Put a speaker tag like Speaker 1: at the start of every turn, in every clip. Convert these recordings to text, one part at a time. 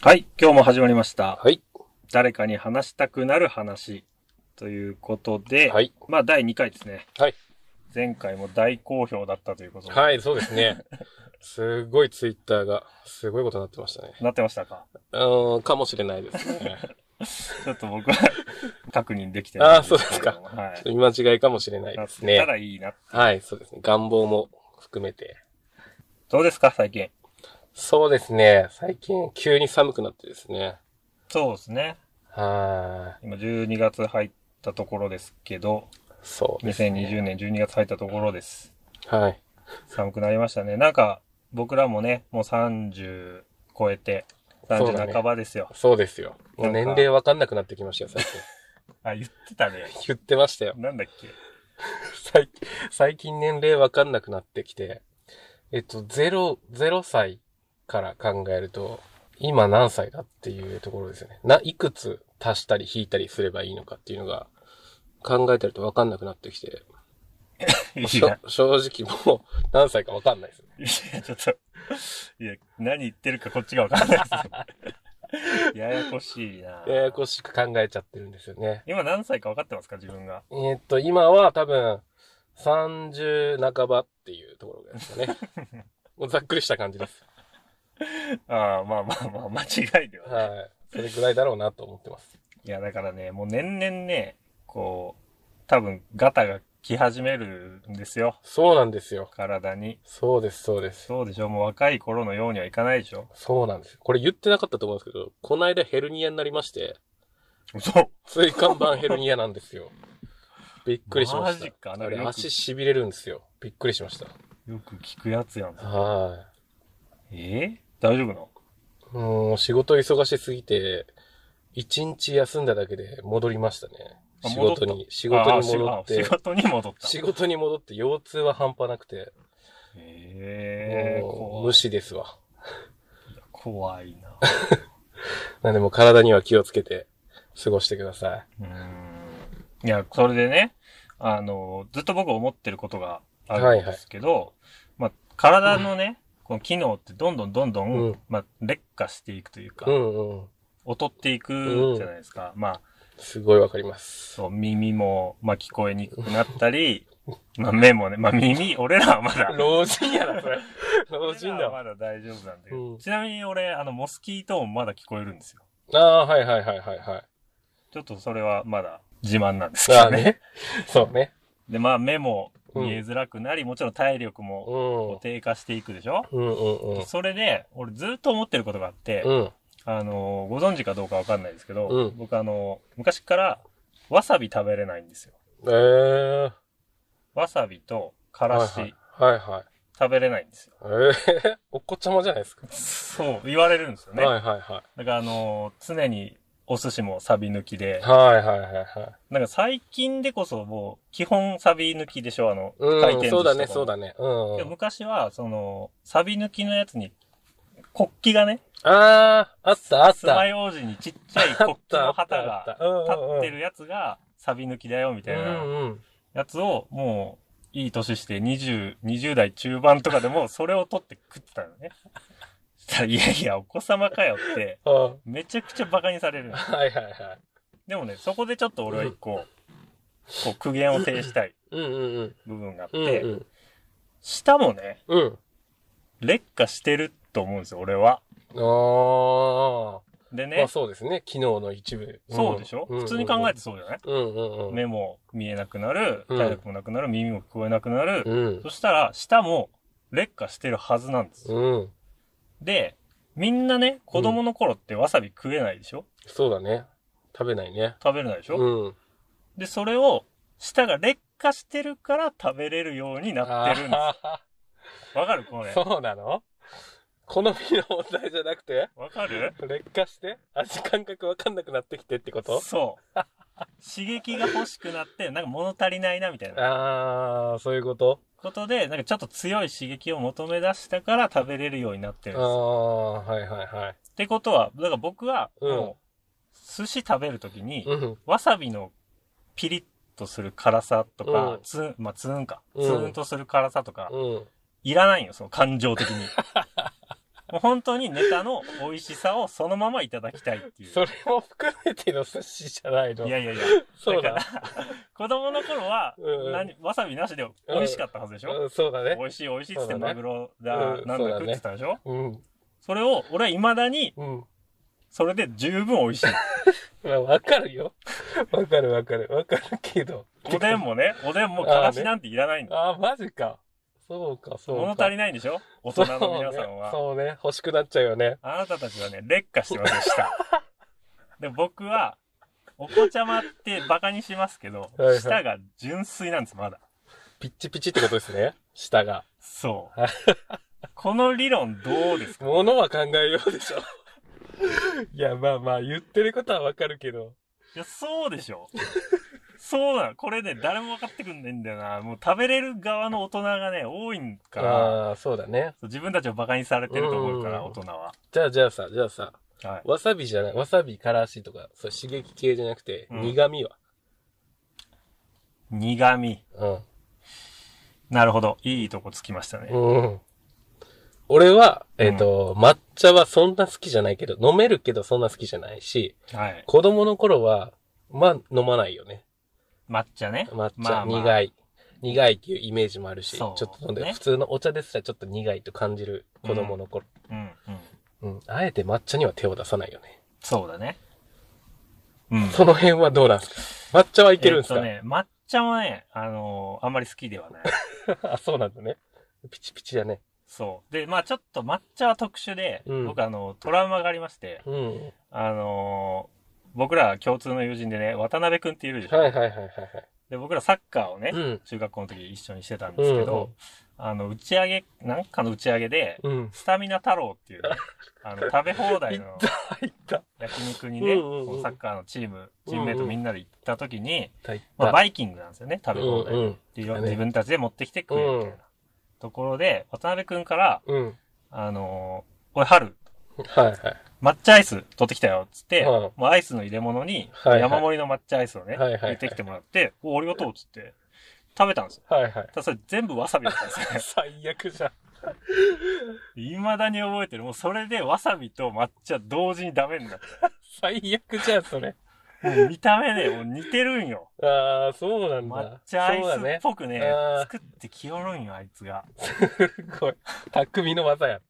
Speaker 1: はい、今日も始まりました。
Speaker 2: はい。
Speaker 1: 誰かに話したくなる話。ということで、
Speaker 2: はい。
Speaker 1: まあ第2回ですね。
Speaker 2: はい。
Speaker 1: 前回も大好評だったということで、
Speaker 2: はい、そうですね。すごいツイッターが、すごいことになってましたね。
Speaker 1: なってましたか
Speaker 2: うーん、かもしれないです ね。
Speaker 1: ちょっと僕は 確認できて
Speaker 2: あ
Speaker 1: ない
Speaker 2: あ、そうですか。
Speaker 1: はい
Speaker 2: ち。ょっと見間違いかもしれない
Speaker 1: な
Speaker 2: で
Speaker 1: っ
Speaker 2: す
Speaker 1: てた
Speaker 2: ね。
Speaker 1: らいいな。
Speaker 2: はい、そうですね。願望も含めて。
Speaker 1: どうですか最近。
Speaker 2: そうですね。最近、急に寒くなってですね。
Speaker 1: そうですね。
Speaker 2: は
Speaker 1: 今12月入ったところですけど、
Speaker 2: い。そうですね。
Speaker 1: 2020年12月入ったところです。
Speaker 2: はい。
Speaker 1: 寒くなりましたね。なんか、僕らもね、もう30超えて、
Speaker 2: そうだ
Speaker 1: 30
Speaker 2: ね
Speaker 1: 半ばですよ。
Speaker 2: そうですよ。もう
Speaker 1: なん
Speaker 2: 年
Speaker 1: か
Speaker 2: 齢わかんなくなってきましたよ、最近。
Speaker 1: あ、言ってたね。
Speaker 2: 言ってましたよ。
Speaker 1: なんだっけ。
Speaker 2: 最近、最近年齢わかんなくなってきて、えっと、0、0歳から考えると、今何歳だっていうところですよね。な、いくつ足したり引いたりすればいいのかっていうのが、考えてるとわかんなくなってきて、
Speaker 1: い
Speaker 2: し
Speaker 1: や
Speaker 2: ょ、正直もう何歳かわかんないですね。
Speaker 1: いや、ちょっと、いや、何言ってるかこっちがわかんないです。ややこしいな。
Speaker 2: ややこしく考えちゃってるんですよね。
Speaker 1: 今何歳か分かってますか自分が。
Speaker 2: えっと、今は多分、30半ばっていうところですかね。 もうざっくりした感じです。
Speaker 1: ああ、まあまあまあ、間違いではない。
Speaker 2: はい。それぐらいだろうなと思ってます。
Speaker 1: いや、だからね、もう年々ね、こう、多分、ガタが来始めるんですよ。
Speaker 2: そうなんですよ。
Speaker 1: 体に。
Speaker 2: そうです、そうです。
Speaker 1: そうでしょもう若い頃のようにはいかないでしょ
Speaker 2: そうなんですよ。これ言ってなかったと思うんですけど、この間ヘルニアになりまして、
Speaker 1: そう。
Speaker 2: 椎間板ヘルニアなんですよ。びっくりしまし
Speaker 1: マ
Speaker 2: た。
Speaker 1: ジか
Speaker 2: あれ、
Speaker 1: なんかよく
Speaker 2: 足痺れるんですよ。びっくりしました。
Speaker 1: よく聞くやつやん。
Speaker 2: は
Speaker 1: えー、大丈夫なの
Speaker 2: い。もう仕事忙しすぎて、一日休んだだけで戻りましたね。
Speaker 1: あ
Speaker 2: 仕
Speaker 1: 戻った
Speaker 2: 事に、仕事に戻っ
Speaker 1: あー
Speaker 2: て
Speaker 1: 仕、事に戻った。
Speaker 2: 仕事に戻って腰痛は半端なくて、
Speaker 1: えー、
Speaker 2: もう
Speaker 1: 怖
Speaker 2: 無
Speaker 1: い。
Speaker 2: 視ですわ。
Speaker 1: 怖いな。
Speaker 2: なんでもう体には気をつけて過ごしてください。
Speaker 1: うーんいや、それでね、あの、ずっと僕思ってることがあるんですけど、まあ、体のね、この機能ってどんどんどんどん、
Speaker 2: うん
Speaker 1: まあ、劣化していくというか、
Speaker 2: うんうん。
Speaker 1: 劣っていくじゃないですか。まあ、
Speaker 2: すごいわかります。
Speaker 1: そう、耳も、まあ、聞こえにくくなったり、 まあ、目もね、まあ、耳、俺らはまだ、
Speaker 2: 老人やな、そ れ。老
Speaker 1: 俺
Speaker 2: 人
Speaker 1: ら
Speaker 2: だ
Speaker 1: は
Speaker 2: わ。
Speaker 1: まだ大丈夫なんだけど、
Speaker 2: うん
Speaker 1: ちなみに俺、あの、モスキート音まだ聞こえるんですよ。
Speaker 2: ああ、はいはいはいはいはい。
Speaker 1: ちょっとそれはまだ自慢なんですけ
Speaker 2: ああ
Speaker 1: どね。
Speaker 2: ね。そうね。
Speaker 1: で、まあ、目も見えづらくなり、もちろん体力も
Speaker 2: うん。う
Speaker 1: こう低下していくでしょ、
Speaker 2: んうん
Speaker 1: それで、俺ずっと思ってることがあって、
Speaker 2: うん。うん。
Speaker 1: あのー、ご存知かどうかわかんないですけど、
Speaker 2: うん
Speaker 1: 僕あのー、昔から、わさび食べれないんですよ。
Speaker 2: ええ。
Speaker 1: わさびと、からし、
Speaker 2: はいはい。
Speaker 1: 食べれないんですよ。
Speaker 2: はいはい。ええ。 おっこちゃまじゃないですか。
Speaker 1: そう、言われるんですよね。
Speaker 2: はいはいは
Speaker 1: だからあのー、常に、お寿司もサビ抜きで
Speaker 2: い。、はいはいはいは
Speaker 1: なんか最近でこそもう、基本サビ抜きでしょあの、
Speaker 2: い。うん。
Speaker 1: 寿司
Speaker 2: そ
Speaker 1: と
Speaker 2: う
Speaker 1: か
Speaker 2: だ
Speaker 1: も
Speaker 2: ね、そうだね。うんう
Speaker 1: でも
Speaker 2: ん。
Speaker 1: 昔は、その、サビ抜きのやつに、国旗がね、
Speaker 2: ああ、あったあっ
Speaker 1: つま
Speaker 2: た。
Speaker 1: ようじにちっちゃい国旗の旗
Speaker 2: あ
Speaker 1: が
Speaker 2: ったあったあったうんうんうん
Speaker 1: 立ってるやつがサビ抜きだよみ
Speaker 2: う
Speaker 1: たいなん
Speaker 2: うん。
Speaker 1: やつをもういい年して20、20代中盤とかでも それを取って食ってたのね。 そしたらいやいや、お子様かよって
Speaker 2: ああ
Speaker 1: めちゃくちゃ馬鹿にされるの。
Speaker 2: はいはいはい。
Speaker 1: でもね、そこでちょっと俺は一個、こう苦言を呈したい
Speaker 2: うんうんうん。
Speaker 1: 部分があっ
Speaker 2: うん
Speaker 1: て
Speaker 2: う、ん。
Speaker 1: 舌もね、
Speaker 2: うん。
Speaker 1: 劣化してると思うんですよ、俺は。
Speaker 2: あ
Speaker 1: で
Speaker 2: あ。ま
Speaker 1: ね
Speaker 2: あ、そうですね。機能の一部。
Speaker 1: そうでしょ普通に考え
Speaker 2: て。
Speaker 1: てそうじゃない
Speaker 2: うんうんうん。
Speaker 1: 目も見えなくなる、
Speaker 2: うん
Speaker 1: 体力もなくなる、耳も聞こえなくなる、
Speaker 2: うん。
Speaker 1: そしたら舌も劣化してるはずなんです。
Speaker 2: うん。
Speaker 1: で、みんなね、子供の頃ってわさび食えないでしょ
Speaker 2: そうだね。食べないね。
Speaker 1: 食べれないでしょ、
Speaker 2: うん。
Speaker 1: で、それを舌が劣化してるから食べれるようになってるんで
Speaker 2: あ
Speaker 1: す。わかるこ
Speaker 2: ー
Speaker 1: れ。
Speaker 2: そうなの好みの問題じゃなくて
Speaker 1: わかる
Speaker 2: 劣化して味感覚わかんなくなってきてってこと
Speaker 1: そう。刺激が欲しくなって、なんか物足りないなみたいな
Speaker 2: ああ、そういうこと
Speaker 1: ことで、なんかちょっと強い刺激を求め出したから食べれるようになってるん
Speaker 2: あ
Speaker 1: です。
Speaker 2: あ、はいはいはい。
Speaker 1: ってことは、だから僕は、
Speaker 2: うん
Speaker 1: もう、寿司食べるときに、
Speaker 2: うん。
Speaker 1: わさびのピリッとする辛さとか、
Speaker 2: うん
Speaker 1: ツン、まあ、ツーンか。
Speaker 2: うん
Speaker 1: ツーンとする辛さとか、
Speaker 2: うん。
Speaker 1: いらないよ、その感情的に。もう本当にネタの美味しさをそのままいただきたいっていう。
Speaker 2: それも含めての寿司じゃないの。
Speaker 1: いやいやいや。
Speaker 2: そうだ
Speaker 1: だから、 子供の頃は、
Speaker 2: うんうん
Speaker 1: 何、わさびなしで美味しかったはずでしょ、
Speaker 2: うんそうだね。
Speaker 1: 美味しい美味しいっつっ
Speaker 2: そ
Speaker 1: て
Speaker 2: うだ
Speaker 1: マ
Speaker 2: ね
Speaker 1: グロだ、
Speaker 2: うん
Speaker 1: なん
Speaker 2: そう
Speaker 1: だ
Speaker 2: だ
Speaker 1: 食
Speaker 2: ね
Speaker 1: ってたでしょ
Speaker 2: うん。
Speaker 1: それを、俺は未だに、
Speaker 2: うん。
Speaker 1: それで十分美味しい。
Speaker 2: まあ、わかるよ。わかるわかる。わかるけど。
Speaker 1: おでんもね、おでんもからしなんていらないんだ。
Speaker 2: ああ、マジか。そうか、そうか。
Speaker 1: 物足りないんでしょ大人の皆さんは。
Speaker 2: そうね。そうね。欲しくなっちゃうよね。
Speaker 1: あなたたちはね、劣化してますよ、 舌。で、僕は、お子ちゃまって馬鹿にしますけど
Speaker 2: はいは、い
Speaker 1: 舌が純粋なんです、まだ。
Speaker 2: ピッチピチってことですね。下が。
Speaker 1: そう。この理論どうですか
Speaker 2: 物は考えようでしょ。いや、まあまあ、言ってることはわかるけど。
Speaker 1: いや、そうでしょ。そうなの。これね、誰も分かってくんないんだよな。もう食べれる側の大人がね、多いんから、
Speaker 2: ああー、そうだね。
Speaker 1: そう自分たちを馬鹿にされてると思うから、
Speaker 2: うん
Speaker 1: 大人は。
Speaker 2: じゃあ、じゃあさ、じゃあさ、
Speaker 1: はい。
Speaker 2: わさびじゃない、わさび、からしとか、そう、刺激系じゃなくて、
Speaker 1: うん
Speaker 2: 苦味は。
Speaker 1: 苦味。
Speaker 2: うん。
Speaker 1: なるほど。いいとこつきましたね。
Speaker 2: うん。俺は、えっ、と、抹茶はそんな好きじゃないけど、飲めるけどそんな好きじゃないし、
Speaker 1: はい。
Speaker 2: 子供の頃は、まあ、飲まないよね。
Speaker 1: 抹茶ね。
Speaker 2: 抹茶、
Speaker 1: まあまあ
Speaker 2: 苦い。苦いっていうイメージもあるし、ちょ
Speaker 1: そう
Speaker 2: っと飲んで、
Speaker 1: ね
Speaker 2: 普通のお茶ですらちょっと苦いと感じる子供の頃。
Speaker 1: うん、うん。
Speaker 2: うん。あえて抹茶には手を出さないよね。
Speaker 1: そうだね。うん。
Speaker 2: その辺はどうなんですか抹茶はいけるんです
Speaker 1: え
Speaker 2: か、
Speaker 1: っとね、抹茶はね、あのーあんまり好きで はない。
Speaker 2: あ、そうなんだね。ピチピチだね。
Speaker 1: そう。で、まあちょっと抹茶は特殊で、
Speaker 2: うん
Speaker 1: 僕あの、トラウマがありまして、
Speaker 2: うん。
Speaker 1: あのー僕ら共通の友人でね、渡辺くんっているでしょ、
Speaker 2: はいはいはいはいはい。
Speaker 1: で、僕らサッカーをね、
Speaker 2: うん。
Speaker 1: 中学校の時一緒にしてたんですけど、あの、打ち上げ、なんかの打ち上げで、
Speaker 2: うん。
Speaker 1: スタミナ太郎って いうね、あの、食べ放題の
Speaker 2: 入った。
Speaker 1: 焼肉にね、
Speaker 2: うんうんうん
Speaker 1: こうサッカーのチーム、チームメイトみんなで行った時に、
Speaker 2: 入った。
Speaker 1: まあ、バイキングなんですよね、食べ放題。
Speaker 2: うん
Speaker 1: でいろんな
Speaker 2: ね
Speaker 1: 自分たちで持ってきてくれみたいなところで、渡辺くんから、
Speaker 2: うん。うん。
Speaker 1: あのー、おい、春、
Speaker 2: はいはい。
Speaker 1: 抹茶アイス取ってきたよ、つって、
Speaker 2: うん
Speaker 1: もうアイスの入れ物に、
Speaker 2: はいはい
Speaker 1: 山盛りの抹茶アイスをね、
Speaker 2: はいはいはい
Speaker 1: 入れてきてもらって、お、ありがとう、つって、食べたんですよ。
Speaker 2: はいはい。
Speaker 1: ただそれ全部わさびだったんですよね。
Speaker 2: 最悪じゃん。
Speaker 1: 未だに覚えてる。もうそれでわさびと抹茶同時にダメになっ
Speaker 2: 最悪じゃん、それ。
Speaker 1: た。もう見た目ね、もう似てるんよ。
Speaker 2: ああ、そうなん
Speaker 1: 抹
Speaker 2: だ。
Speaker 1: 茶アイ
Speaker 2: そうだ
Speaker 1: スっ
Speaker 2: ね。
Speaker 1: ぽくね、
Speaker 2: あー
Speaker 1: 作ってきよるんよ、あいつが。
Speaker 2: すごい。匠の技や。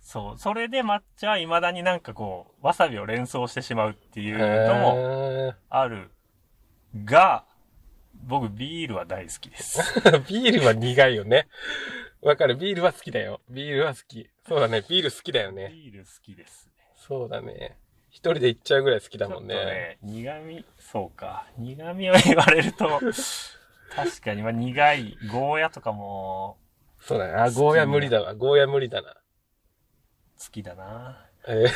Speaker 1: そう。それで抹茶は未だになんかこう、わさびを連想してしまうっていうのも
Speaker 2: も。
Speaker 1: あるが、僕ビールは大好きです。
Speaker 2: ビールは 苦いよね。わかる。ビールは好きだよ。ビールは好き。そうだね。ビール好きだよね。
Speaker 1: ビール好きですね。
Speaker 2: そうだね。一人で行っちゃうぐらい好きだ
Speaker 1: ちょっ
Speaker 2: も
Speaker 1: と
Speaker 2: んね。
Speaker 1: ね、苦味、そうか。苦味を言われると、確かに、まあ苦い、ゴーヤとかも
Speaker 2: そうだね。あ、ゴーヤ無理だわ。ゴーヤ無理だな。
Speaker 1: 好きだな。
Speaker 2: えー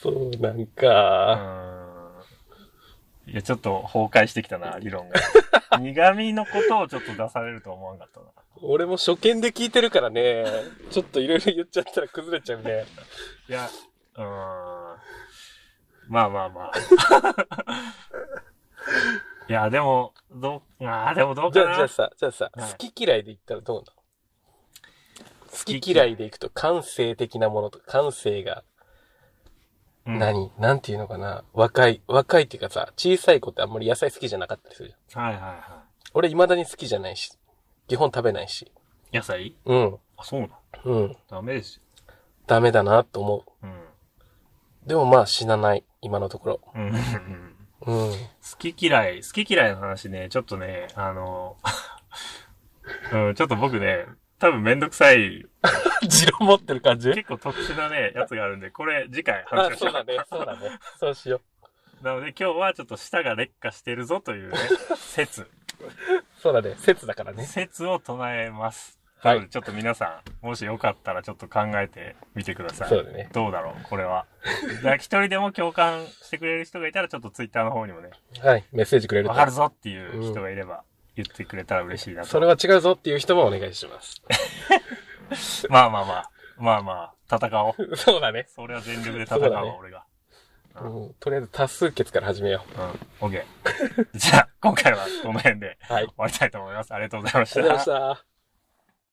Speaker 2: そうなん
Speaker 1: う
Speaker 2: か。
Speaker 1: ーん。いや、ちょっと崩壊してきたな、理 論が。苦味のことをちょっと出されると思わなかったな。
Speaker 2: 俺も初見で聞いてるからね、ちょっといろいろ言っちゃったら崩れちゃうね。
Speaker 1: いや、うーん。まあまあまあ。 いや、でも、どう、ああ、でもどう
Speaker 2: じ
Speaker 1: か
Speaker 2: ゃあ、じゃ
Speaker 1: な
Speaker 2: あ。さ、じゃあさ、
Speaker 1: はい
Speaker 2: 好き嫌いで言ったらどうなの好
Speaker 1: き嫌い
Speaker 2: き嫌いでいくと感性的なものとか、感性が
Speaker 1: うんはい
Speaker 2: 何、なんていうのかな若い、若いっていうかさ、小さい子ってあんまり野菜好きじゃなかったりするじゃん。
Speaker 1: はいは
Speaker 2: 俺未だに好きじゃないし、基本食べないし。
Speaker 1: い。野菜
Speaker 2: うん、
Speaker 1: あ、そうなの
Speaker 2: うん、
Speaker 1: ダメですよ。
Speaker 2: ダメだなと思
Speaker 1: うん。
Speaker 2: う。でもまあ死なない、今のところ。
Speaker 1: うんうん
Speaker 2: うん。
Speaker 1: 好き嫌い、好き嫌いの話ね、ちょっとね、あの、 うん、ちょっと僕ね、多分めんどくさい、
Speaker 2: 持論持ってる感じ
Speaker 1: 結構特殊なね、やつがあるんで、これ次回話しま、しょ
Speaker 2: あそう
Speaker 1: う。
Speaker 2: だね、そうだね。そうしよう。
Speaker 1: なので今日はちょっと舌が劣化してるぞというね、説。
Speaker 2: そうだね、説だからね。
Speaker 1: 説を唱えます。
Speaker 2: は
Speaker 1: はいい。ちょっと皆さん、もしよかったらちょっと考えてみてください。
Speaker 2: そうだね。
Speaker 1: どうだろうこれは。だから一人でも共感してくれる人がいたら、ちょっとツイッターの方にもね、
Speaker 2: はい、メッセージくれる
Speaker 1: わ
Speaker 2: と。
Speaker 1: かるぞっていう人がいれば、言ってくれたら嬉しいなと。
Speaker 2: それは違うぞっていう人もお願いし ます。
Speaker 1: まあまあまあ。まあまあ、戦おう。
Speaker 2: そうだね。
Speaker 1: それは全力で戦う
Speaker 2: そうだ
Speaker 1: わ、
Speaker 2: ね
Speaker 1: 俺が。な。うん。
Speaker 2: うんとりあえず多数決から始めよ
Speaker 1: オッケー。じゃあ、今回はこの辺で
Speaker 2: う。はい。あり
Speaker 1: 終わりたいと思います。ありがとうございまし
Speaker 2: がとうございま
Speaker 1: た
Speaker 2: し。た。